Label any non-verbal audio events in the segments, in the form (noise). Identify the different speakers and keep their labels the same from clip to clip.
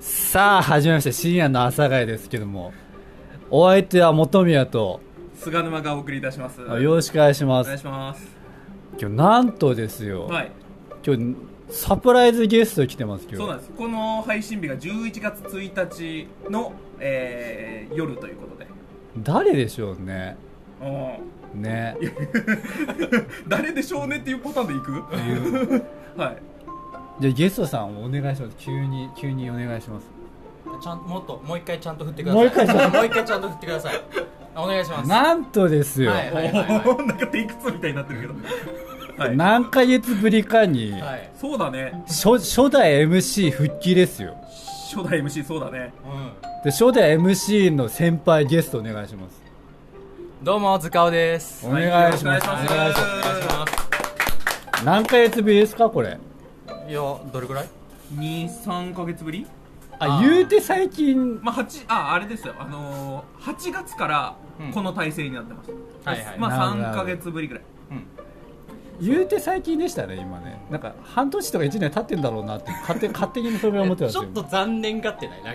Speaker 1: さあ始めました深夜の朝会ですけどもお相手は本宮と
Speaker 2: 菅沼がお送りいたします。
Speaker 1: あよろしくお願いしま
Speaker 2: お願い
Speaker 1: す
Speaker 2: します。
Speaker 1: 今日なんとですよ、
Speaker 2: はい。
Speaker 1: 今日サプライズゲスト来てます今日
Speaker 2: そうなんです。この配信日が11月1日の、えー夜ということで。
Speaker 1: 誰でしょうね
Speaker 2: うん
Speaker 1: ね
Speaker 2: 誰でしょうねっていうパターンでいく (laughs) はい。
Speaker 1: じゃあゲストさんお願いします急に急にお願いします
Speaker 3: ちゃんもっともう一回ちゃんと振ってください
Speaker 1: もう一回ちゃん
Speaker 3: もう一回ちゃんと振ってくださいお願いします
Speaker 1: なんとですよ、
Speaker 3: はいはいはい
Speaker 2: おおなんかテイク2みたいになってるけど。はい。
Speaker 1: 何ヶ月ぶりかに、
Speaker 3: はい
Speaker 2: そうだね。
Speaker 1: 初初代 MC 復帰ですよ
Speaker 2: 初代 MC そうだね。
Speaker 3: う
Speaker 1: で初代 MC の先輩ゲストお願いします
Speaker 3: ん、どうも塚尾です
Speaker 1: お
Speaker 3: お願いし
Speaker 1: 願いします,、
Speaker 2: はい
Speaker 1: お
Speaker 2: よろしく
Speaker 1: 願
Speaker 2: お願
Speaker 1: い
Speaker 2: い
Speaker 1: し
Speaker 2: し
Speaker 1: ま
Speaker 3: ます
Speaker 1: 何ヶ月ぶりですかこれ
Speaker 3: すいやどれくらい
Speaker 2: 2、3ヶ月ぶり
Speaker 1: あ
Speaker 3: あー
Speaker 1: 言うて最近
Speaker 2: まあ、8、あ、あれですよ。あのー、8月からこの体制になってます。
Speaker 3: はいはい、
Speaker 2: ま
Speaker 1: な
Speaker 2: あ、
Speaker 1: るほ
Speaker 2: 3
Speaker 1: ど
Speaker 2: ヶ月ぶりぐらい。
Speaker 3: うん
Speaker 1: 言うて最近でしたね今ねなんか半年とか1年経ってんだろうなって勝手勝手にそれは思ってま
Speaker 3: え
Speaker 1: し
Speaker 3: ち
Speaker 1: た
Speaker 3: ょっと残念がってないなん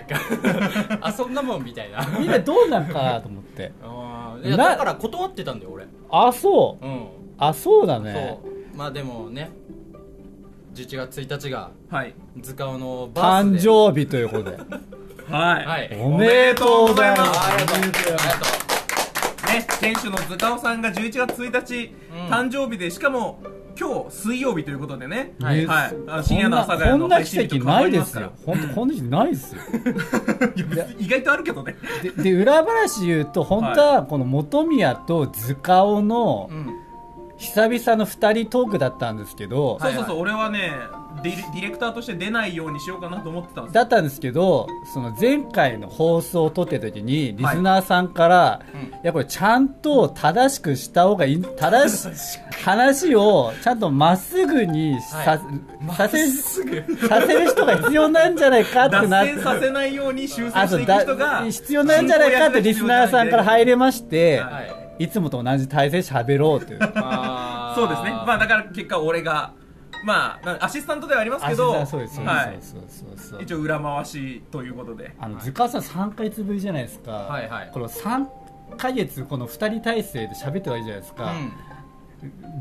Speaker 1: (laughs)
Speaker 3: かあそんなもんみたいな
Speaker 1: みんなどうなんかなと思って
Speaker 3: うんいや
Speaker 1: な
Speaker 3: だから断ってたんだよ俺
Speaker 1: あそう
Speaker 3: うん、
Speaker 1: あそうだね
Speaker 3: そうまあでもね11月1日が
Speaker 2: はい。
Speaker 3: 塚尾のバー
Speaker 1: 誕
Speaker 3: スデー
Speaker 1: 生日ということで
Speaker 2: はい。
Speaker 3: はい
Speaker 1: おめでとうございます
Speaker 3: あありがとうありがと
Speaker 2: ね、店主の塚尾さんが11月1日、
Speaker 3: うん
Speaker 2: 誕生日でしかも今日水曜日ということでね、
Speaker 3: はい
Speaker 1: ね
Speaker 2: はいあの
Speaker 1: こ
Speaker 2: 深夜
Speaker 1: ん
Speaker 2: の
Speaker 1: な
Speaker 2: 朝から
Speaker 1: こん
Speaker 2: の
Speaker 1: な
Speaker 2: 配
Speaker 1: 奇
Speaker 2: 信日
Speaker 1: 跡
Speaker 2: と変
Speaker 1: な
Speaker 2: わ
Speaker 1: い
Speaker 2: り
Speaker 1: で
Speaker 2: ます
Speaker 1: す
Speaker 2: から
Speaker 1: よ本当こんな奇跡ないですよ
Speaker 2: 意外とあるけどね
Speaker 1: でで裏話言うと本当はこの本宮と塚尾の
Speaker 3: ううん
Speaker 1: 久々の2人トークだったんですけど、
Speaker 2: そ
Speaker 3: は
Speaker 2: う
Speaker 3: い
Speaker 2: そうそう俺はねディレディレクターとして出ないようにしようかなと思ってたんですよ
Speaker 1: だったんですけどその前回の放送を撮ってた時にリスナーさんから、
Speaker 3: うん
Speaker 1: いやこれちゃんと正しくした方がいい正
Speaker 2: (laughs)
Speaker 1: し話をちゃんとまっすぐにさ,、させ
Speaker 3: すぐ
Speaker 1: させる人が必要なんじゃないかってな
Speaker 2: 脱
Speaker 1: っ
Speaker 2: 線させないように修正
Speaker 1: あ
Speaker 2: し
Speaker 1: そ
Speaker 2: て
Speaker 1: う
Speaker 2: いく
Speaker 1: だ
Speaker 2: 人が
Speaker 1: 必要なんじゃないかってリスナーさんから入れまして、
Speaker 2: はい
Speaker 1: い、つもと同じ体勢しゃべろうって
Speaker 2: (laughs)
Speaker 1: いう
Speaker 3: あー
Speaker 2: そうですねまあだから結果俺がまあなアシスタントではありますけど
Speaker 1: あそうですそうです、
Speaker 2: はい、
Speaker 1: そうですそうですそうです
Speaker 2: 一応裏回しということで
Speaker 1: あの図鑑さん3ヶ月ぶりじゃないですか、
Speaker 3: はいはい
Speaker 1: この3ヶ月この2人体制で喋ってはいいじゃないですか、
Speaker 3: うん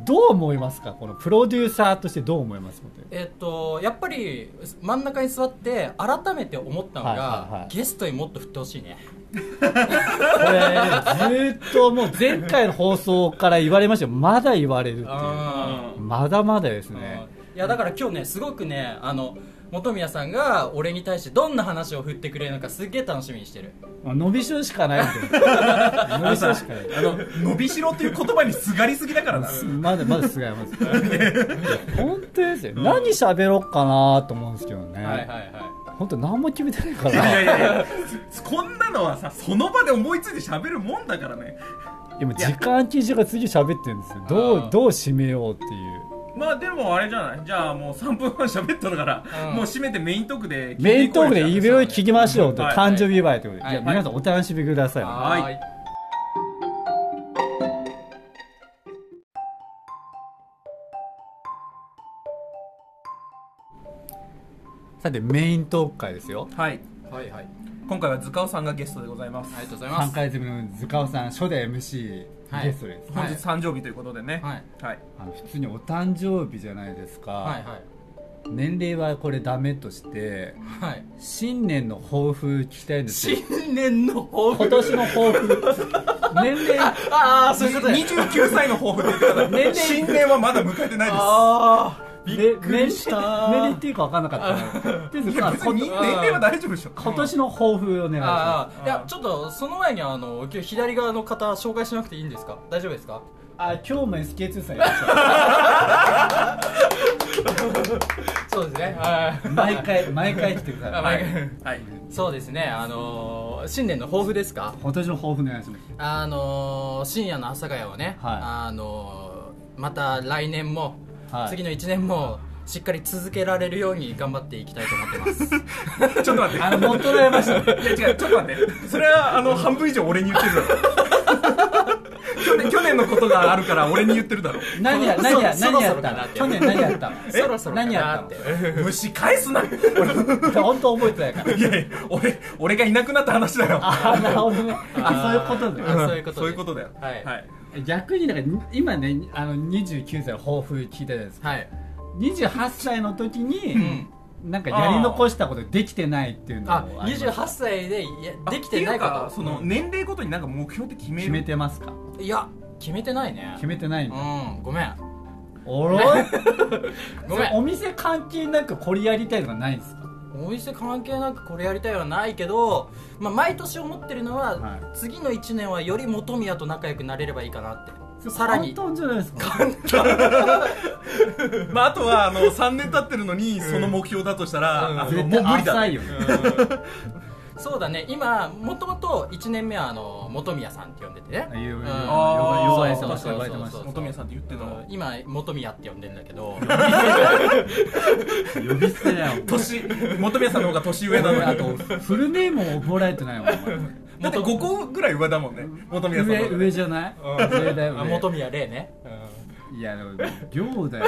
Speaker 1: どう思いますかこのプロデューサーとしてどう思いますか
Speaker 3: えっとやっぱり真ん中に座って改めて思ったのが、
Speaker 1: はいはいはい
Speaker 3: ゲストにもっと振ってほしいね
Speaker 1: これずっともう前回の放送から言われましたよまだ言われるっていう
Speaker 3: あ
Speaker 1: まだまだです
Speaker 3: ー
Speaker 1: ね
Speaker 3: いやだから今日ねすごくねあの本宮さんが俺に対してどんな話を振ってくれるのかすっげえ楽しみにしてる
Speaker 1: 伸びしろしかない
Speaker 3: (laughs)
Speaker 1: みたいな伸びしろしかない
Speaker 2: あの伸びしろっていう言葉にすがりすぎだからな
Speaker 1: まだまだすがいます
Speaker 3: (laughs)
Speaker 1: 本当ですよ、何喋ろうかなと思うんですけどね、
Speaker 3: はいはいは
Speaker 1: 本当何も決めてないか
Speaker 2: いや
Speaker 1: ら
Speaker 2: いやいやこんなのはさその場で思いついて喋るもんだからね
Speaker 1: 今時間基準が次喋ってるんですよど
Speaker 3: あ
Speaker 1: う
Speaker 3: ー
Speaker 1: どう締めようっていう
Speaker 2: まあでもあれじゃないじゃあもう3分半喋ったのから、
Speaker 3: うん
Speaker 2: もう締めてメイントークで
Speaker 1: メイントークでいろいろ聞きましょうと
Speaker 2: はい
Speaker 1: 誕生日祝いということで、
Speaker 3: はい
Speaker 1: じゃあ皆さんお楽しみください、
Speaker 2: はい
Speaker 3: はーい
Speaker 1: さてメイントーク会ですよ
Speaker 2: はい
Speaker 3: はいはい
Speaker 2: 今回は塚尾さんがゲストでございます
Speaker 3: ありがとうございま
Speaker 1: 3
Speaker 3: す
Speaker 1: 回月ぶりの塚尾さん初代 MC
Speaker 3: はい
Speaker 1: ゲストです、
Speaker 2: 本日誕生日ということでね
Speaker 3: はい
Speaker 2: はい、
Speaker 1: あの普通にお誕生日じゃないですか、
Speaker 3: はいはい
Speaker 1: 年齢はこれダメとして
Speaker 3: はい
Speaker 1: 新年の抱負聞きたいんですよ
Speaker 3: 新年の抱負
Speaker 1: 今年の抱負
Speaker 3: (laughs)
Speaker 1: 年齢
Speaker 3: ああそういうことね
Speaker 2: 29歳の抱負で言って
Speaker 1: (laughs)
Speaker 2: た
Speaker 1: 年
Speaker 2: ら
Speaker 1: 齢
Speaker 2: 新年はまだ迎えてないです
Speaker 3: ああびっ
Speaker 1: ね
Speaker 3: くりした
Speaker 1: 年齢っていうか分かんなかった
Speaker 3: (laughs)
Speaker 1: なとりあえず
Speaker 2: いや
Speaker 1: まあ
Speaker 2: 別に年
Speaker 1: こ
Speaker 2: 齢は大丈夫でしょ
Speaker 1: 今年の抱負お願いします
Speaker 3: ああいやちょっとその前にあの今日左側の方紹介しなくていいんですか大丈夫ですか
Speaker 1: あ今日も SK2 さんいらっしゃ
Speaker 3: そうですねは
Speaker 1: る毎回毎回来てください、
Speaker 3: はい
Speaker 2: はい
Speaker 3: そうですねあのー新年の抱負ですか
Speaker 1: 今年の抱負お願いします
Speaker 3: あのー深夜の朝会はね、
Speaker 1: はい
Speaker 3: あのーまた来年も、
Speaker 1: はい
Speaker 3: 次の1年もしっかり続けられるように頑張っていきたいと思ってま
Speaker 1: (laughs)
Speaker 3: す
Speaker 2: ちょっと待って
Speaker 1: あの乗っ取
Speaker 2: (laughs)
Speaker 1: られました
Speaker 2: いや違う、ちょっと待って。それは、あの、半分以上俺に言ってるだろ。去年、去 (laughs) 年のことがあるから俺に言ってるだ
Speaker 3: (laughs)
Speaker 2: ろ
Speaker 1: 何や、
Speaker 3: そ
Speaker 1: 何や、
Speaker 3: そろ
Speaker 1: 何や
Speaker 3: そ
Speaker 1: っ
Speaker 3: ろ
Speaker 1: た
Speaker 3: か
Speaker 1: の
Speaker 3: なって
Speaker 1: 去年何やったの
Speaker 3: そろそろか
Speaker 1: 何や
Speaker 3: な
Speaker 1: っ
Speaker 3: ったて
Speaker 1: の
Speaker 2: 虫返すない
Speaker 1: 俺本当覚えてないから。
Speaker 2: やいや俺俺がいなくなった話だよ
Speaker 1: あー、なるほどね。そういうことね。
Speaker 3: あそういうことね
Speaker 2: そういうことだよ
Speaker 3: はい
Speaker 2: はい
Speaker 1: 逆にだから今ねあの29歳の抱負聞いたじゃないですか
Speaker 3: はい
Speaker 1: 28歳の時
Speaker 3: う
Speaker 1: に
Speaker 3: ん、
Speaker 1: なんかやり残したことできてないっていうの
Speaker 3: あ
Speaker 1: をります
Speaker 3: 28歳でいやできてない
Speaker 2: あ
Speaker 3: か
Speaker 2: って
Speaker 3: と
Speaker 2: うその年齢ごとになんか目標って決め
Speaker 1: 決
Speaker 2: る
Speaker 1: めてますか
Speaker 3: いや決めてないね
Speaker 1: 決めてないん
Speaker 3: う
Speaker 1: だ、
Speaker 3: んごめん
Speaker 1: おろい
Speaker 3: ごめ
Speaker 1: お
Speaker 3: ん
Speaker 1: 店関係なくこれやりたいとかないんですか
Speaker 3: お店関係なくこれやりたいはないけど、まあ、毎年思ってるのは、
Speaker 1: はい
Speaker 3: 次の1年はより元宮と仲良くなれればいいかなってさらに
Speaker 1: 簡単じゃないですか
Speaker 2: まああとはあの3年
Speaker 3: (laughs)
Speaker 2: 経ってるのにその目標だとしたら、
Speaker 3: うん
Speaker 2: あの
Speaker 1: 絶
Speaker 2: もう
Speaker 1: 対
Speaker 2: 無理だ
Speaker 1: 浅いよ、ね、
Speaker 3: そうだね今もともと1年目はあの元宮さんって呼んでてね
Speaker 1: あいう
Speaker 3: うん
Speaker 1: 呼ば
Speaker 2: あー
Speaker 1: 呼ばれてました呼ばれてまし
Speaker 3: そうそうそう
Speaker 2: 本宮さんって言ってた
Speaker 3: う
Speaker 2: わ
Speaker 3: ん今元宮って呼んでんだけど
Speaker 1: た呼び捨てだよ
Speaker 2: 年本宮さんの方が年上なの
Speaker 1: 俺
Speaker 2: に
Speaker 1: あとフルネームも覚えられてないもんお前
Speaker 2: だって5個ぐらい上だもんね本宮さんの
Speaker 1: 上
Speaker 2: 方が
Speaker 1: 上じゃない上だよ
Speaker 3: あ
Speaker 1: 上
Speaker 3: 元宮礼ね、
Speaker 1: いやでも量だよ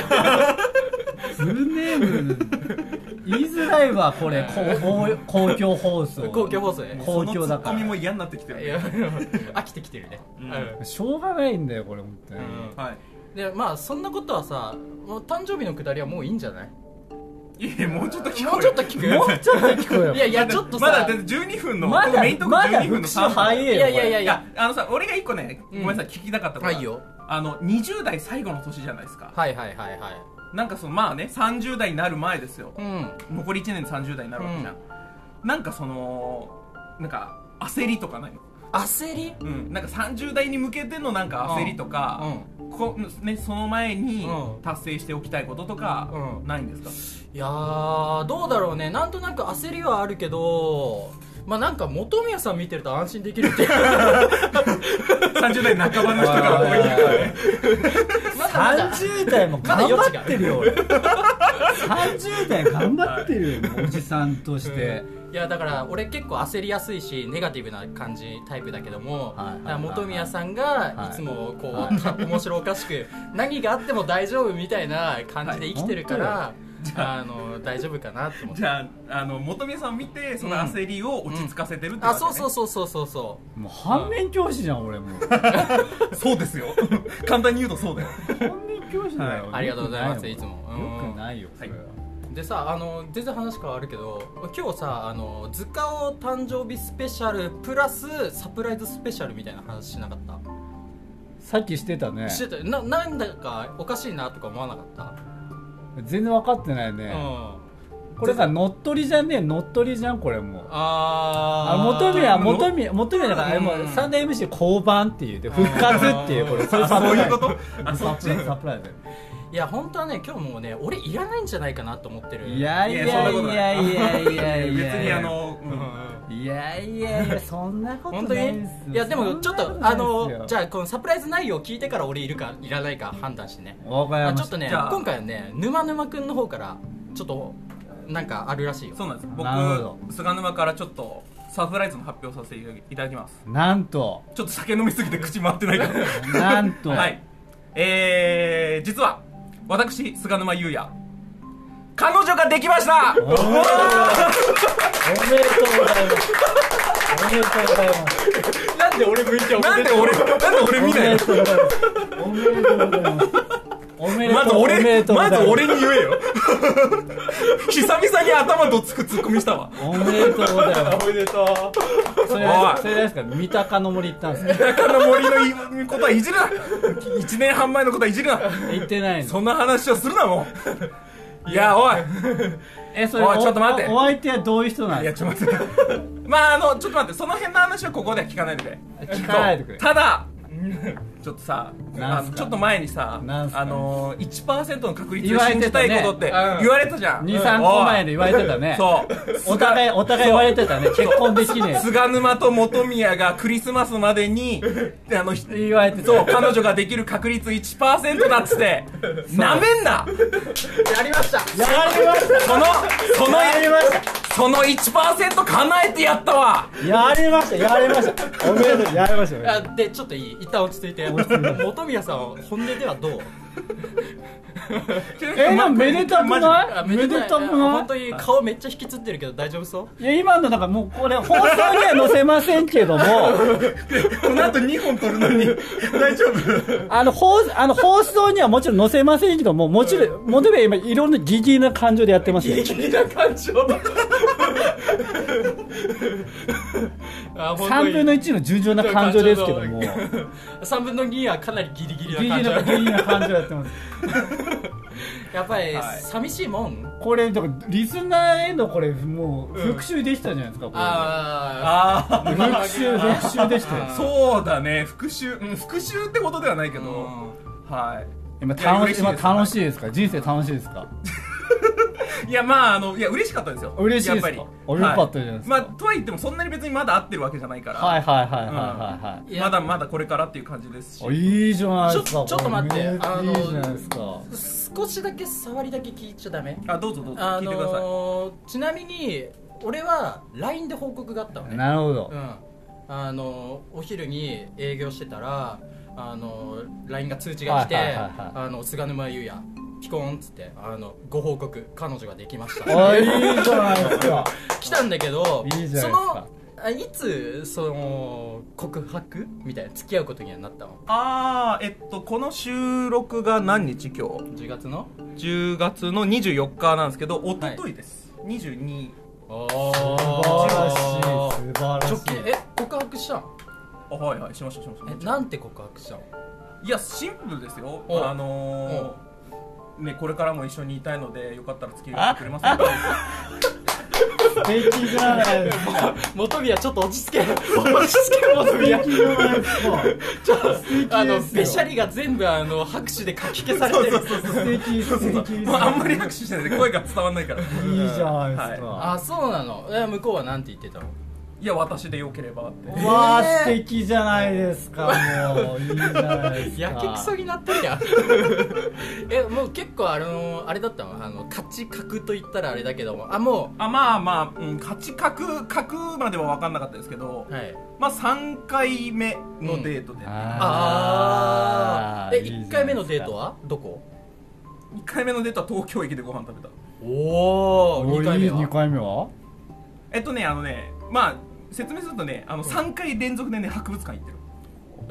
Speaker 1: フルネーム言いづらいわこれこう公共放送
Speaker 3: 公共放送ね
Speaker 1: 公共だか
Speaker 2: そのツッコミ
Speaker 1: ら
Speaker 2: も嫌になってきてる
Speaker 3: いや (laughs) 飽きてきてるね、
Speaker 2: うん
Speaker 1: しょうがないんだよこれ本当に、
Speaker 3: うん
Speaker 2: はい
Speaker 3: でまあそんなことはさもう誕生日のくだりはもういいんじゃない
Speaker 2: いやいやもうちょっと聞こうよ
Speaker 3: もうちょっと聞く
Speaker 1: もうちょっと聞こえよ
Speaker 3: いやいやちょっとさ
Speaker 2: まだだって12分の
Speaker 1: ま
Speaker 2: この
Speaker 1: だ
Speaker 2: メイントーク
Speaker 1: まだ
Speaker 2: 12分の
Speaker 1: 復習
Speaker 2: 3
Speaker 1: 早えよ
Speaker 3: いやいやいや
Speaker 2: い
Speaker 3: い
Speaker 2: や
Speaker 3: や
Speaker 2: あのさ俺が1個ねご
Speaker 3: うん
Speaker 2: めんなさい聞きたかったのが
Speaker 3: はいよ
Speaker 2: あの20代最後の年じゃないですか
Speaker 3: はいはいはいはい
Speaker 2: なんかそのまあね30代になる前ですよ
Speaker 3: うん
Speaker 2: 残り1年で30代になるわけじゃん、なんかそのなんか焦りとかないの
Speaker 3: 焦り
Speaker 2: うん、なんか30代に向けてのなんか焦りとか、こね、その前に
Speaker 3: うん
Speaker 2: 達成しておきたいこととか
Speaker 3: うん
Speaker 2: ないんです
Speaker 3: いやーどうだろうねなんとなく焦りはあるけどまあなんか本宮さん見てると安心できるっていう
Speaker 1: (laughs)
Speaker 2: か、30代半ばの人からこういう
Speaker 3: まだまだ
Speaker 1: 30代も頑張ってるよ俺30代頑張ってるよもうおじさんとして、
Speaker 3: いやだから俺結構焦りやすいしネガティブな感じタイプだけども
Speaker 1: はいはいはい
Speaker 3: だから本宮さん
Speaker 1: は
Speaker 3: が
Speaker 1: い
Speaker 3: いつもこう、
Speaker 1: はい
Speaker 3: か面白おかしく (laughs) 何があっても大丈夫みたいな感じで生きてるから、あの大丈夫かなって思って
Speaker 2: じゃああの元宮さんを見てその焦りを落ち着かせてるって
Speaker 3: あそうそううそうそうそうそ
Speaker 1: もう反面教師じゃん俺もう
Speaker 2: そうですよ (laughs) 簡単に言うとそうだよ
Speaker 1: 反面教師だよ、
Speaker 3: はいありがとうございますいつもうん
Speaker 1: よくないよそれは、
Speaker 3: うでさあの全然話変わるけど今日さあの図鑑誕生日スペシャルプラスサプライズスペシャルみたいな話しなかった
Speaker 1: さっきしてたね
Speaker 3: してたななんだかおかしいなとか思わなかった、
Speaker 1: 全然分かってないね、
Speaker 3: うん
Speaker 1: これさ乗っ取りじゃねえ乗っ取りじゃんこれもうあ
Speaker 3: あー
Speaker 1: 元宮
Speaker 2: の
Speaker 1: 元宮元宮だからあれも
Speaker 3: う
Speaker 1: うん三大 MC 降板っていうで復活っていうこれそれサプ
Speaker 2: そう
Speaker 1: ラ
Speaker 2: い
Speaker 1: イ
Speaker 2: う
Speaker 1: ズ
Speaker 2: ことあそ
Speaker 1: サ
Speaker 2: っ
Speaker 1: プ
Speaker 2: ち
Speaker 1: ライズサプライ
Speaker 3: いや本当はね今日もうね俺いらないんじゃないかなと思ってる
Speaker 1: ズいやいやいやいやいや
Speaker 2: 別
Speaker 1: いや
Speaker 2: にあの、うん
Speaker 1: いやいやいやそんなこと
Speaker 3: 本
Speaker 1: な
Speaker 3: 当
Speaker 1: い
Speaker 3: に
Speaker 1: ですよ
Speaker 3: いやでもちょっとあのじ
Speaker 1: ゃ
Speaker 3: ゃあこのサプライズ内容を聞いてから俺いるかいらないか判断してね
Speaker 1: わか
Speaker 3: あ
Speaker 1: りま
Speaker 3: ちょっ
Speaker 1: し
Speaker 3: と
Speaker 1: た
Speaker 3: ね
Speaker 2: じゃあ
Speaker 3: 今回はね沼沼くんの方からちょっとなんかあるらしいよ
Speaker 2: そうなんです
Speaker 1: なるほ
Speaker 2: 僕菅沼からちょっとサプライズの発表させていただきます
Speaker 1: なんと
Speaker 2: ちょっと酒飲みすぎて口回ってないから
Speaker 1: なん (laughs) と
Speaker 2: はい。えー、実は、私、菅沼優也、彼女ができました
Speaker 1: おーおめでとうございますおめでとうございます
Speaker 3: なんで俺向いてお
Speaker 2: なんで俺、なんで俺見ないの
Speaker 1: おめでとうございますおめで
Speaker 2: まず
Speaker 1: とうございますおめでとうおめで、とう
Speaker 2: 俺
Speaker 1: ござ
Speaker 2: ま
Speaker 1: いま
Speaker 2: ず
Speaker 1: す
Speaker 2: 俺に言え
Speaker 1: (laughs)
Speaker 2: よ。久々に頭どつくツッコミしたわ。
Speaker 1: おめでとうございます。
Speaker 3: おめでと
Speaker 1: それ
Speaker 2: おい
Speaker 1: は、それはですか、三鷹の森行ったんですか
Speaker 2: (laughs) 中の森の言いことはいじるな。1年半前のことはいじるな。
Speaker 1: 行ってないの。
Speaker 2: そんな話をするな、もう。いや、おい。
Speaker 1: え、それ、
Speaker 2: おいちょっと待って
Speaker 1: おお相手はどういう人なん
Speaker 2: い
Speaker 1: で
Speaker 2: や、
Speaker 1: すか
Speaker 2: ちょっと待って。まあ、あの、ちょっと待って、その辺の話はここでは聞かないでくれ。
Speaker 1: 聞かないでくれ。
Speaker 2: ただちょっとさ
Speaker 1: なん
Speaker 2: あ
Speaker 1: す
Speaker 2: の
Speaker 1: か
Speaker 2: ちょっと前にさ
Speaker 1: なんすか
Speaker 2: あのー1%の確率
Speaker 1: 言
Speaker 2: で
Speaker 1: われ
Speaker 2: 信
Speaker 1: て
Speaker 2: じ
Speaker 1: た
Speaker 2: た
Speaker 1: ね
Speaker 2: いことって
Speaker 3: うん
Speaker 2: 言われたじゃん
Speaker 1: 2、3個前で言われてた
Speaker 2: おい
Speaker 1: ね。
Speaker 2: そう
Speaker 1: お互い、お互い言われてたね。結婚できね
Speaker 2: (laughs) 菅沼と本宮がクリスマスまで (laughs) にあのひ
Speaker 1: え。言われてた。
Speaker 2: そう彼女ができる確率1%だっつ (laughs) ってなめんな
Speaker 3: やりました
Speaker 1: やられました
Speaker 2: そのその
Speaker 1: やられました
Speaker 2: その1%叶えてやったわ
Speaker 4: やれましたやれましたおめでとうやれました
Speaker 3: あでちょっといい一旦落ち着いて本宮さん本音ではどう
Speaker 1: えでもめでたくな
Speaker 3: あ
Speaker 1: いめでたくな
Speaker 3: 本当に顔めっちゃ引きつってるけど大丈夫そう
Speaker 1: いいや今のだからもうこれ放送には載せませんけども
Speaker 4: この後2本取るの
Speaker 2: (laughs)
Speaker 4: に大丈夫
Speaker 1: あの放あの放送にはもちろん載せませんけどももちろんモデルは今いろんなギギな感情でやってますよ
Speaker 3: 激な感情あ本当に
Speaker 1: 3分の1の純情な感情ですけど
Speaker 3: (laughs)
Speaker 1: もギ
Speaker 3: 3分の2はかなりギリギリ
Speaker 1: ギ
Speaker 3: な
Speaker 1: な
Speaker 3: 感情
Speaker 1: ギギな感情やってます
Speaker 3: やっぱり
Speaker 2: はい
Speaker 3: 寂しいもん、
Speaker 1: これだからリスナーへのこれもう復習できたじゃないですか、これ
Speaker 3: あ
Speaker 2: あ
Speaker 1: 復習復習でしたよ
Speaker 3: あ
Speaker 2: (laughs)
Speaker 3: ー
Speaker 2: そうだね復習うん復習ってことではないけ
Speaker 3: あ
Speaker 2: ど、はい
Speaker 1: 今
Speaker 2: いや
Speaker 1: 楽
Speaker 2: 嬉
Speaker 1: し
Speaker 2: し
Speaker 1: い
Speaker 2: い
Speaker 1: 今
Speaker 2: です
Speaker 1: 楽しいですか人生楽しいですか
Speaker 2: いやまああのいや嬉しかったですよ
Speaker 1: 嬉しいですか
Speaker 2: やっぱり
Speaker 1: およかったじゃないですか
Speaker 2: はまあとはいってもそんなに別にまだ会ってるわけじゃないから、
Speaker 1: はいはいはいはいはいはい
Speaker 3: いや
Speaker 2: まだまだこれからっていう感じですし
Speaker 1: おいいじゃないですか
Speaker 3: ちょちょっと待っ
Speaker 1: こ
Speaker 3: て
Speaker 1: れめちゃ
Speaker 3: あの
Speaker 1: いいじゃないですか
Speaker 3: ー少しだけ触りだけ聞いちゃダメ
Speaker 2: あどうぞどうぞ
Speaker 3: あ
Speaker 2: 聞いてください、
Speaker 3: のーちなみに俺は LINE で報告があったのね
Speaker 1: なるほど
Speaker 3: うんあのーお昼に営業してたらあのー LINE が通知が来て
Speaker 1: はいはいはいはい
Speaker 3: あの菅沼優也ピコーンっつってあのご報告彼女ができました
Speaker 1: おいいじゃないですか
Speaker 3: 来たんだけど
Speaker 1: いいじゃないですか
Speaker 3: そのあいつその告白みたいな付き合うことにはなったの
Speaker 2: ああえっとこの収録が何日今日
Speaker 3: 10月の
Speaker 2: 10月の24日なんですけど一昨日です、22
Speaker 3: お
Speaker 1: 素晴らし
Speaker 3: ー
Speaker 1: い素晴らし
Speaker 3: 直
Speaker 1: い
Speaker 3: 近え告白したん
Speaker 2: あはいはいしましたしました
Speaker 3: えなんて告白したの
Speaker 2: いやシンプルですよ
Speaker 3: お
Speaker 2: あのーねこれからも一緒にいたいのでよかったら付き合ってくれますか
Speaker 1: 素敵じゃない (laughs) ですか
Speaker 3: 元宮ちょっと (laughs) 落ち着け落ち着け元
Speaker 1: 素敵
Speaker 3: 宮
Speaker 1: じゃないですか
Speaker 3: ちょっとあの
Speaker 1: 素敵ですよ
Speaker 3: べしゃりが全部あの拍手でかき消されてる
Speaker 1: 素敵素敵
Speaker 2: (laughs) もうあんまり拍手してないで声が伝わんないからい
Speaker 1: いいじゃないですか、
Speaker 3: あそうなのえ向こうはなんて言ってたの
Speaker 2: や私でよければって
Speaker 1: わあ、
Speaker 3: えー
Speaker 1: 素敵じゃないですかもういいじゃ (laughs) ないですか
Speaker 3: やけくそになってるやん (laughs) えもう結構あのあれだったのあの勝ち格と言ったらあれだけどもあも
Speaker 2: あまあまあ、うん、勝ち角角までは分かんなかったですけど、
Speaker 3: うはい
Speaker 2: まあ3回目のデートで、
Speaker 1: あ
Speaker 3: あ
Speaker 1: ー
Speaker 3: あ
Speaker 1: いい
Speaker 3: え
Speaker 1: じゃないです
Speaker 3: 1
Speaker 1: か
Speaker 3: 回目のデートはどこ
Speaker 2: 1回目のデートは東京駅でご飯食べた
Speaker 3: おお
Speaker 1: お
Speaker 3: 2回目
Speaker 1: いい二
Speaker 3: は
Speaker 1: 回目は
Speaker 2: えっとねあのねまあ説明するとねあの3回連続でね博物館行って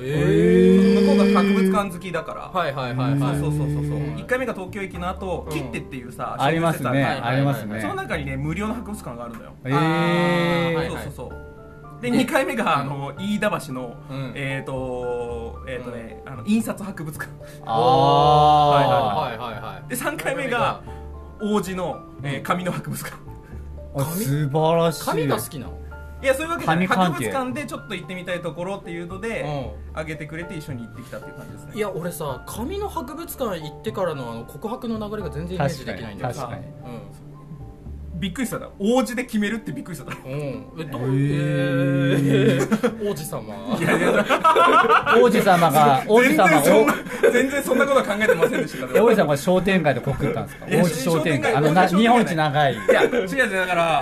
Speaker 2: る、
Speaker 1: えへー
Speaker 2: 向こうが博物館好きだから、
Speaker 3: はいはいはいはい
Speaker 2: そうそうそうそうそう
Speaker 3: うん
Speaker 2: 1回目が東京駅の後、
Speaker 3: うん
Speaker 2: 切ってっていうさ
Speaker 1: ありますね、
Speaker 2: 小説
Speaker 3: はいはいはい
Speaker 1: ありますね、
Speaker 2: その中にね無料の博物館があるんだよ、
Speaker 1: え
Speaker 3: あー
Speaker 1: ー
Speaker 3: はい
Speaker 2: そ
Speaker 3: はい
Speaker 2: うそうそうで2回目があの飯田橋の、
Speaker 3: うん
Speaker 2: えっ、とえっ、とね、あの印刷博物館
Speaker 1: あ
Speaker 3: はいはいはい
Speaker 2: で3回目が王子の、えー紙の博物館
Speaker 1: ーあ素晴らしい
Speaker 3: 髪が好きなの
Speaker 2: いやそういうわけじゃない
Speaker 1: 紙関
Speaker 2: 博
Speaker 1: 係
Speaker 2: 物館でちょっと行ってみたいところっていうので、
Speaker 3: う
Speaker 2: あげてくれて一緒に行ってきたっていう感じですね
Speaker 3: いや俺さ髪の博物館行ってからのあの告白の流れが全然イメージできないんだよ
Speaker 1: 確かに
Speaker 2: びっくりしただ王子で決めるってびっくりしただ
Speaker 3: うんうんえどう
Speaker 1: へ
Speaker 3: えー王子様
Speaker 2: いやいや
Speaker 1: 王子様が王子
Speaker 2: (laughs) 全
Speaker 1: 様
Speaker 2: 然そんな
Speaker 1: が
Speaker 2: 全然そんなことは考えてませんでした
Speaker 1: え
Speaker 2: から
Speaker 1: 王子様が商店街で告ったんですか
Speaker 2: いや
Speaker 1: 王子商店街
Speaker 2: 商店街
Speaker 1: あのな
Speaker 2: 商店街
Speaker 1: 日本一長い
Speaker 2: いや違う違うだから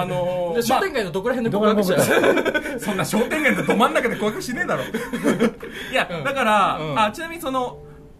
Speaker 2: あの
Speaker 3: で
Speaker 2: ー
Speaker 3: 商店街のどこら辺
Speaker 1: ど
Speaker 3: で
Speaker 1: こ
Speaker 3: 告
Speaker 1: ら
Speaker 3: 白し
Speaker 1: 辺
Speaker 3: たの
Speaker 2: まあそんな商店街のど真ん中で告白しねえだろいやだから、
Speaker 3: うん
Speaker 2: あちなみにその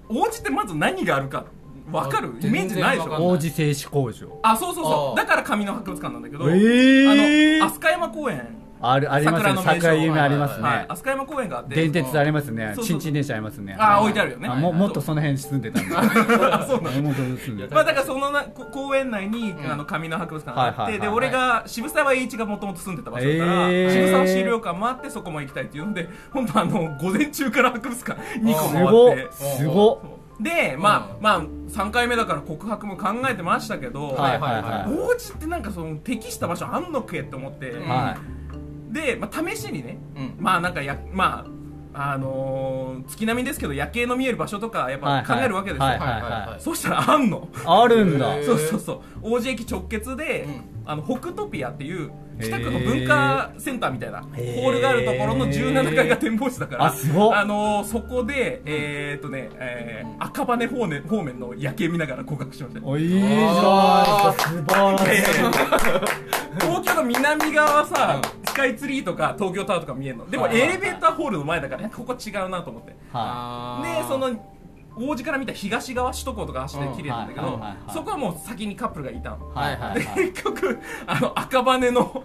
Speaker 2: 王子ってまず何があるかわかるイメージないでし
Speaker 3: 全然わかん
Speaker 2: ょ
Speaker 3: ない
Speaker 1: 王子製紙工場
Speaker 2: あそうそう
Speaker 3: あ
Speaker 2: そう
Speaker 3: ー
Speaker 2: だから紙の博物館なんだけど、
Speaker 1: えー
Speaker 2: あの飛鳥山公園
Speaker 1: あるありますね
Speaker 2: 桜の名所
Speaker 1: 桜有名ありますね、
Speaker 2: はい、飛鳥山公園があって
Speaker 1: 電鉄ありますね
Speaker 2: そうそう
Speaker 1: ちんちん電車ありますね
Speaker 2: あー置いてあるよね
Speaker 1: あも
Speaker 2: はい
Speaker 1: もっとその辺住んでた
Speaker 2: (laughs)
Speaker 1: んで
Speaker 2: (laughs) あそうなの
Speaker 1: もっと住ん (laughs) でた
Speaker 2: まあだからそのなこ公園内に、あの紙の博物館があって、
Speaker 1: はいはいはい
Speaker 2: で俺が渋沢栄一がもともと住んでた場所だから、
Speaker 1: えー
Speaker 2: 渋沢資料館もあってそこも行きたいっていうので本当あの午前中から博物館2個
Speaker 1: す
Speaker 2: も
Speaker 1: ご
Speaker 2: あ
Speaker 1: っ
Speaker 2: って
Speaker 1: すごっ
Speaker 2: そうでまあ、
Speaker 3: う
Speaker 2: まあ3回目だから告白も考えてましたけど、
Speaker 1: はいはいはい
Speaker 2: 王子ってなんかその適した場所あんのけって思って、
Speaker 3: ん
Speaker 1: は
Speaker 2: で、まあ、試しにね、
Speaker 3: うん
Speaker 2: まあなんかやまああのー月並みですけど夜景の見える場所とかやっ
Speaker 1: いはい
Speaker 2: ぱ考えるわけですよ、
Speaker 1: はいはいはい
Speaker 3: はいはい
Speaker 2: そうしたらあんの
Speaker 1: あるんだ
Speaker 2: (laughs)
Speaker 3: へー
Speaker 2: そうそうそう王子駅直結で、
Speaker 3: うん
Speaker 2: あの北トピアっていう北区の文化センターみたいなホ
Speaker 1: へー
Speaker 2: ールがあるところの17階が展望室だから
Speaker 1: あすごっ
Speaker 2: あのーそこでえーっとね、えー赤羽方面方面の夜景見ながら告白しました
Speaker 1: おいいじゃん素晴らしい
Speaker 2: (laughs) 東京の南側はさ、スカイツリーとか東京タワーとか見えるのでも
Speaker 1: はいはい
Speaker 2: エ
Speaker 1: はい
Speaker 2: レベーターホールの前だからねここ違うなと思って
Speaker 1: は
Speaker 2: でその王子から見た東側首都高とか走って綺麗なんだけ
Speaker 1: うん
Speaker 2: ど
Speaker 1: はいはいはい
Speaker 2: そこはもう先にカップルがいたの
Speaker 1: いはいはいはい
Speaker 2: 結局あの赤羽の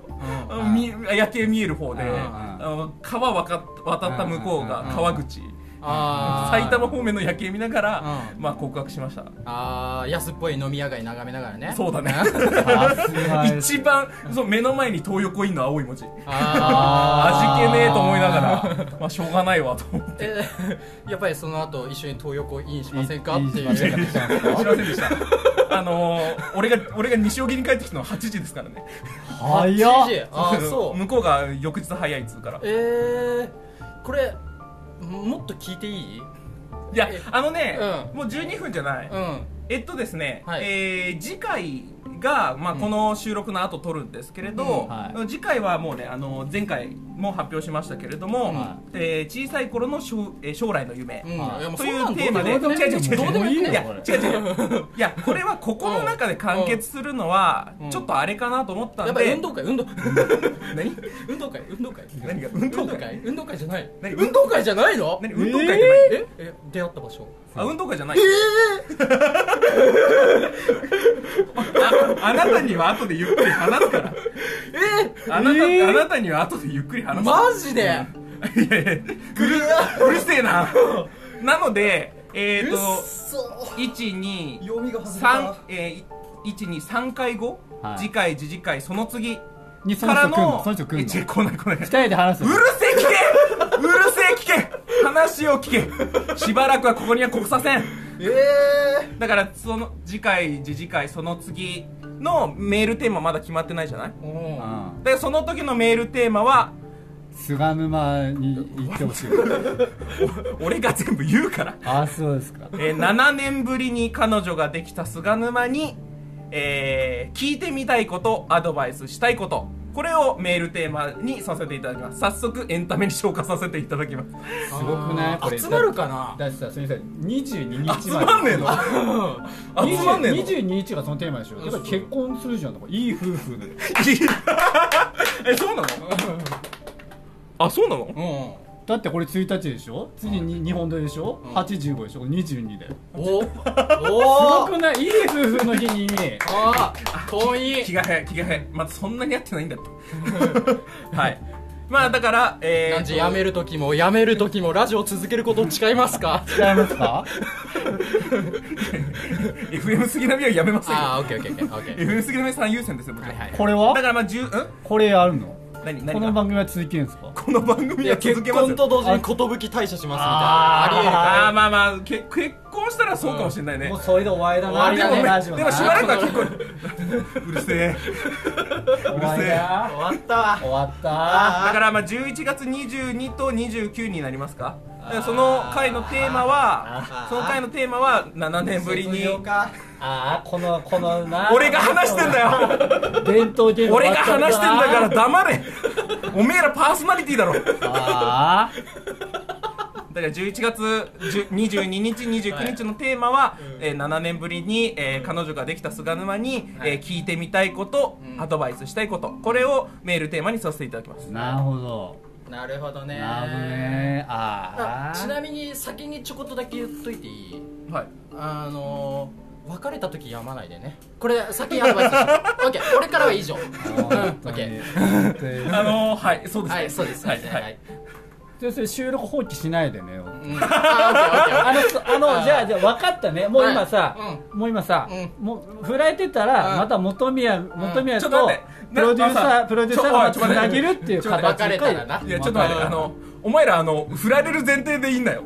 Speaker 1: ん
Speaker 2: み夜景見える方で
Speaker 1: うんうん
Speaker 2: あの川渡っ渡った向こうが
Speaker 3: うんうん
Speaker 2: 川口
Speaker 3: あー
Speaker 2: 埼玉方面の夜景見ながら
Speaker 3: う
Speaker 2: まあ告白しました
Speaker 3: あー安っぽい飲み屋街眺めながらね
Speaker 2: そうだね
Speaker 1: さすがです
Speaker 2: 一番そう目の前に東横インの青い文字
Speaker 3: あ
Speaker 2: 味
Speaker 3: ー
Speaker 2: 気ねえと思いながらまあしょうがないわと思って
Speaker 3: (laughs) えやっぱりその後一緒に東横インしませんか
Speaker 1: いい
Speaker 3: ってい
Speaker 1: いいしません
Speaker 3: う
Speaker 1: か
Speaker 2: 知りませんでしたあのー俺が俺が西荻に帰ってきたのは8時ですからね
Speaker 1: 早っ
Speaker 3: 8時あーそう
Speaker 2: 向こうが翌日早いっつうから
Speaker 3: えー、これもっと聞いていい
Speaker 2: いやあのね、
Speaker 3: うん
Speaker 2: もう12分じゃない、
Speaker 3: うん
Speaker 2: えっとですね、
Speaker 3: はい
Speaker 2: えー次回が、まあ、
Speaker 3: うん
Speaker 2: この収録の後撮るんですけれど、
Speaker 1: うんは
Speaker 2: 次回はもうねあの前回も発表しましたけれども、
Speaker 1: は
Speaker 2: えー小さい頃の将,、えー将来の夢、
Speaker 3: うん、い
Speaker 1: はい
Speaker 3: やもう
Speaker 2: と
Speaker 3: そ
Speaker 2: い
Speaker 3: んなん
Speaker 2: う
Speaker 3: どう
Speaker 2: テーマで
Speaker 3: どうもい
Speaker 1: 違う違う
Speaker 3: いよ
Speaker 1: 違う
Speaker 3: どうでもいい
Speaker 1: も
Speaker 3: よ
Speaker 1: ういいよ
Speaker 2: いや違う違ういやこれはここの中で完結するのは
Speaker 3: うん
Speaker 2: ちょっとあれかなと思った
Speaker 3: や
Speaker 2: ん
Speaker 3: っぱり
Speaker 2: で
Speaker 3: 運動会運動
Speaker 2: 何
Speaker 3: 運動会運動会
Speaker 2: 何が運動
Speaker 3: 運動
Speaker 2: 会
Speaker 3: 会運動会じゃない
Speaker 2: 何
Speaker 3: 運動会じゃないの
Speaker 2: 何運動会じゃない
Speaker 3: ええ出会った場所
Speaker 2: あ運動会じゃない (laughs) ああなたには後でゆっくり話すから
Speaker 3: え
Speaker 2: あなた、
Speaker 1: えー
Speaker 2: あなたには後でゆっくり話す
Speaker 3: マジで
Speaker 2: いやいやうるうるせえななのでえっ、ー、と
Speaker 3: そ
Speaker 2: 123
Speaker 3: 読みが外れ
Speaker 2: えー、123回後、
Speaker 1: はい
Speaker 2: 次回次次回その次
Speaker 1: にそ
Speaker 2: か
Speaker 1: の
Speaker 2: ら
Speaker 1: 人来ん
Speaker 2: の
Speaker 1: のその人来んの
Speaker 2: え違
Speaker 1: 二
Speaker 2: う来ない来ないうるせ
Speaker 1: 人で話す
Speaker 2: え
Speaker 1: の
Speaker 2: 聞けうるせえ聞け話を聞けしばらくはここには来させん
Speaker 3: ええ
Speaker 2: だからその次回次次回その次のメールテーマまだ決まってないじゃないだ
Speaker 3: ー、うん
Speaker 1: うん
Speaker 2: からその時のメールテーマは
Speaker 1: 菅沼に行ってほしい
Speaker 2: 俺が全部言うから、
Speaker 1: あそうですか
Speaker 2: えー7年ぶりに彼女ができた菅沼に、えー聞いてみたいことアドバイスしたいことこれをメールテーマにさせていただきます早速エンタメに消化させていただきます
Speaker 3: す
Speaker 1: ごくないこれ
Speaker 3: 集まるかな
Speaker 1: だってさすみません22日まで
Speaker 2: 集まんねえ (laughs) の集まんねえの
Speaker 1: 22日がそのテーマでしょやっぱり結婚するじゃんいい夫婦で
Speaker 2: えそうなのあそうなの
Speaker 3: うん
Speaker 1: だってこれ1日でしょ次に日本撮りでしょ
Speaker 3: ん
Speaker 1: 85でしょこれ22だよ
Speaker 3: お
Speaker 1: す
Speaker 3: お
Speaker 1: ご
Speaker 3: ー
Speaker 1: くないいい夫婦の日に
Speaker 3: あー遠い
Speaker 2: 気が早い気が早いまだそんなにやってないんだって (laughs) はいまあだからえー
Speaker 3: なんじや
Speaker 2: (laughs)
Speaker 3: める時もやめる時もラジオ続けることを誓いますか
Speaker 1: 違いますか
Speaker 2: FM 杉並はやめませんよ
Speaker 3: ああオッケーオッケーオッケーオッケー
Speaker 2: FM 杉並さん優先ですよ僕
Speaker 3: はいはい
Speaker 1: これ
Speaker 2: だか
Speaker 1: は
Speaker 2: らまあ10ん
Speaker 1: これやるの
Speaker 2: 何
Speaker 1: こ
Speaker 2: 何
Speaker 1: の
Speaker 2: が
Speaker 1: 番組は続けるんですか
Speaker 2: この番組
Speaker 3: い
Speaker 2: は
Speaker 3: や結
Speaker 2: 続けます
Speaker 3: 婚
Speaker 2: よ
Speaker 3: と同時に寿退社しますみたいな
Speaker 2: あ
Speaker 3: ありえる
Speaker 2: ーあ
Speaker 3: か
Speaker 2: まあまあけ結婚したらそうかもしれないね、
Speaker 1: もうそれで終わりだな
Speaker 3: 終わりだね
Speaker 2: でも
Speaker 1: ラジオな
Speaker 2: でもしばらくは結婚うるせえ
Speaker 1: 終わり
Speaker 3: ら
Speaker 1: だ
Speaker 3: 終わったわ
Speaker 1: 終わった
Speaker 2: だからまあ11月22と29になりますかだからその回のテーマは
Speaker 3: あー
Speaker 2: その回のテーマは7年ぶりに
Speaker 1: ああこのこのな
Speaker 2: 俺が話してんだよ
Speaker 1: 伝統芸能
Speaker 2: 俺が話してんだから黙れおめえらパーソナリティだろだか
Speaker 1: あ
Speaker 2: ら11月10 22日29日のテーマは、えー7年ぶりに、えー彼女ができた菅沼に、えー聞いてみたいこと、
Speaker 3: うん
Speaker 2: アドバイスしたいことこれをメールテーマにさせていただきます
Speaker 1: あなるほど
Speaker 3: なるほどね
Speaker 1: なるほどねあ
Speaker 3: あ
Speaker 1: あ
Speaker 3: ちなみに先にちょこっとだけ言っといていい
Speaker 2: はい
Speaker 3: あのー別れた時やまないでねこれ先にアドバイス (laughs) してオッケー俺からは以上うんオ
Speaker 1: 本当
Speaker 3: ッ
Speaker 1: に
Speaker 3: ケー
Speaker 1: 本当に
Speaker 2: あのー、はいそうですね
Speaker 3: はいそうです
Speaker 2: はい
Speaker 3: そうです
Speaker 2: はい
Speaker 3: はい
Speaker 1: じゃあそれ収録放棄しないでね
Speaker 3: う
Speaker 2: (laughs)
Speaker 3: んあ
Speaker 1: あのそあの
Speaker 3: あー
Speaker 1: じゃあじゃあ分かったねもう今さ、
Speaker 3: はい
Speaker 1: もう今さ、
Speaker 3: う
Speaker 1: もう振られてたら、
Speaker 3: うん
Speaker 1: また元宮元宮
Speaker 2: ちょ
Speaker 1: と
Speaker 2: っと待って
Speaker 1: プロデューサ
Speaker 2: な
Speaker 1: ー
Speaker 2: な
Speaker 1: プロデューサーがまあ
Speaker 2: ち
Speaker 1: つ
Speaker 2: ょっと待
Speaker 1: な
Speaker 2: って
Speaker 1: げるっていう
Speaker 3: ちょっと
Speaker 1: 形
Speaker 3: 別れたらな
Speaker 2: やちょっと待ってあのお前らあの振られる前提でいいんだよ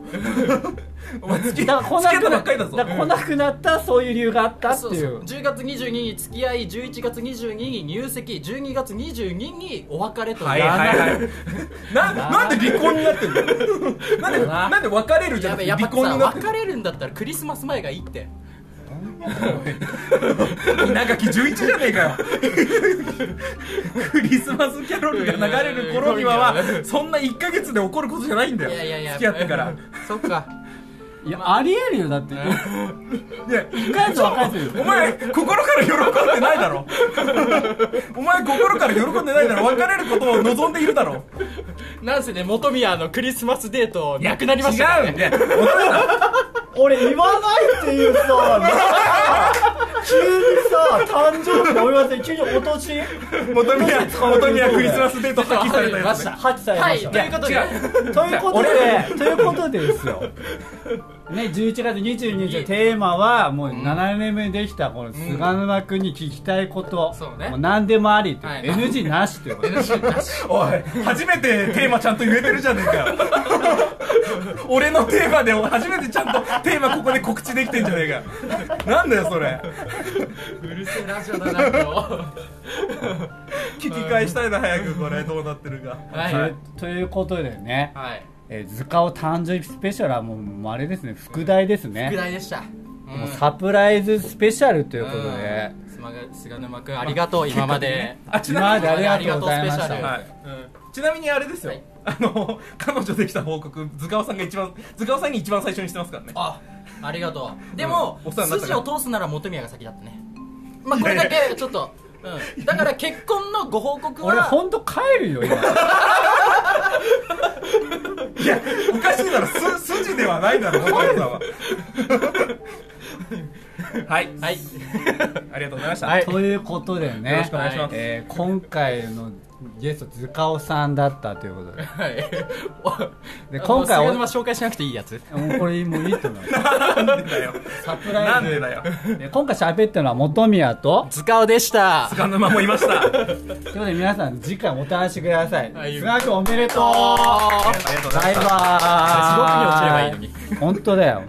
Speaker 2: お前付き
Speaker 1: だから来
Speaker 2: 付き
Speaker 1: なく
Speaker 2: 合ったば
Speaker 1: な
Speaker 2: っかりだぞ
Speaker 1: だから来なくなったそういう理由があったって
Speaker 3: そう
Speaker 1: い
Speaker 3: そうう10月22に付き合い11月22に入籍12月22にお別れと
Speaker 2: はいはいはいななんで離婚になってんのなんでなんで別れるじゃなく
Speaker 3: やべ
Speaker 2: て
Speaker 3: やっぱ
Speaker 2: 離婚にな
Speaker 3: さ
Speaker 2: ってんの
Speaker 3: 別れるんだったらクリスマス前がいいって
Speaker 1: 本
Speaker 2: 稲垣11じゃねえかよクリスマスキャロルが流れる頃にははそんな1ヶ月で起こることじゃないんだよ
Speaker 3: いやいやいや
Speaker 2: 付き合ってから
Speaker 3: そっか
Speaker 1: いや、ありえるよ、だって。いや、一回ずつ若いです
Speaker 2: お
Speaker 1: よ。
Speaker 2: 前心から喜んでないだろお前心から喜んでないだろ別れることを望んでいるだろ
Speaker 3: なんせね元宮のクリスマスデートなくなりましたから
Speaker 2: 違うん
Speaker 3: ね
Speaker 2: だよお父さん
Speaker 1: 俺言わないって言う
Speaker 2: (laughs)
Speaker 1: さ、急にさ、誕生日お祝いして、急にお年
Speaker 2: 元宮元宮クリスマスデート破棄されたやつね
Speaker 1: 8歳
Speaker 3: は
Speaker 1: ま
Speaker 3: い
Speaker 1: した
Speaker 3: ということで
Speaker 1: ということで、ということでですよ。ね、11月22日のテーマは、もう7年目にできた、この菅沼君に聞きたいこと、
Speaker 3: そうね
Speaker 1: もう何でもありという、
Speaker 3: はい
Speaker 1: NG なしということで。
Speaker 2: おい初めてテーマちゃんと言えてるじゃねえかよ (laughs) 俺のテーマで初めてちゃんとテーマここで告知できてんじゃねえかよなんだよそれ
Speaker 3: うるせえラジオだな今
Speaker 2: 聞き返したいな早くこれどうなってるか
Speaker 3: 日はい
Speaker 1: というということでね、
Speaker 3: はい
Speaker 1: えー、図鑑誕生日スペシャルはもうもうあれですね副題ですね
Speaker 3: ぐらいでした
Speaker 1: もうサプライズスペシャルということで、
Speaker 3: うんすまが菅沼君ありがとう今まで
Speaker 2: あち
Speaker 1: 今ま
Speaker 2: なみ
Speaker 1: で
Speaker 2: に、
Speaker 1: ありがとうございまし
Speaker 3: あり
Speaker 1: た
Speaker 3: が
Speaker 2: はいうん、ちなみにあれですよ、
Speaker 3: はい
Speaker 2: あの彼女できた報告塚尾さんが一番塚尾さんに一番最初にしてますからね
Speaker 3: あありがとうでも、
Speaker 2: うんお世話になった
Speaker 3: 筋
Speaker 2: から
Speaker 3: を通すなら元宮が先だったねまあこれだけちょっと、うん、だから結婚のご報告は
Speaker 1: 俺ほんと帰るよ今
Speaker 2: いやおかしいだろす筋ではないだろ本さん (laughs) ははい
Speaker 3: はい
Speaker 2: ありがとうございました、
Speaker 3: はい
Speaker 1: ということでね
Speaker 2: よろしくお願いします、
Speaker 1: えー今回のゲスト図鑑さんだったということで
Speaker 3: はい
Speaker 1: で
Speaker 3: お
Speaker 1: 今回
Speaker 3: 菅沼紹介しなくていいやつ
Speaker 1: もうこれもういいと
Speaker 3: (laughs)
Speaker 1: 思いま
Speaker 2: なんでだよ
Speaker 1: サプ
Speaker 2: な
Speaker 1: ラ
Speaker 2: ん
Speaker 1: イ
Speaker 2: で
Speaker 1: ズ
Speaker 2: だよ
Speaker 1: で今回喋ったのは本宮と
Speaker 3: 塚尾でした
Speaker 2: 菅沼もいま (laughs) したありが
Speaker 1: とい
Speaker 2: とう
Speaker 1: うことで皆さん次回もお楽しみください
Speaker 3: はい
Speaker 1: 菅原君おめでとう
Speaker 3: おー
Speaker 2: ござ
Speaker 1: バイ
Speaker 2: いまし
Speaker 1: バーイ
Speaker 2: た
Speaker 3: 地獄に落ちればいいのに
Speaker 1: 本当だよ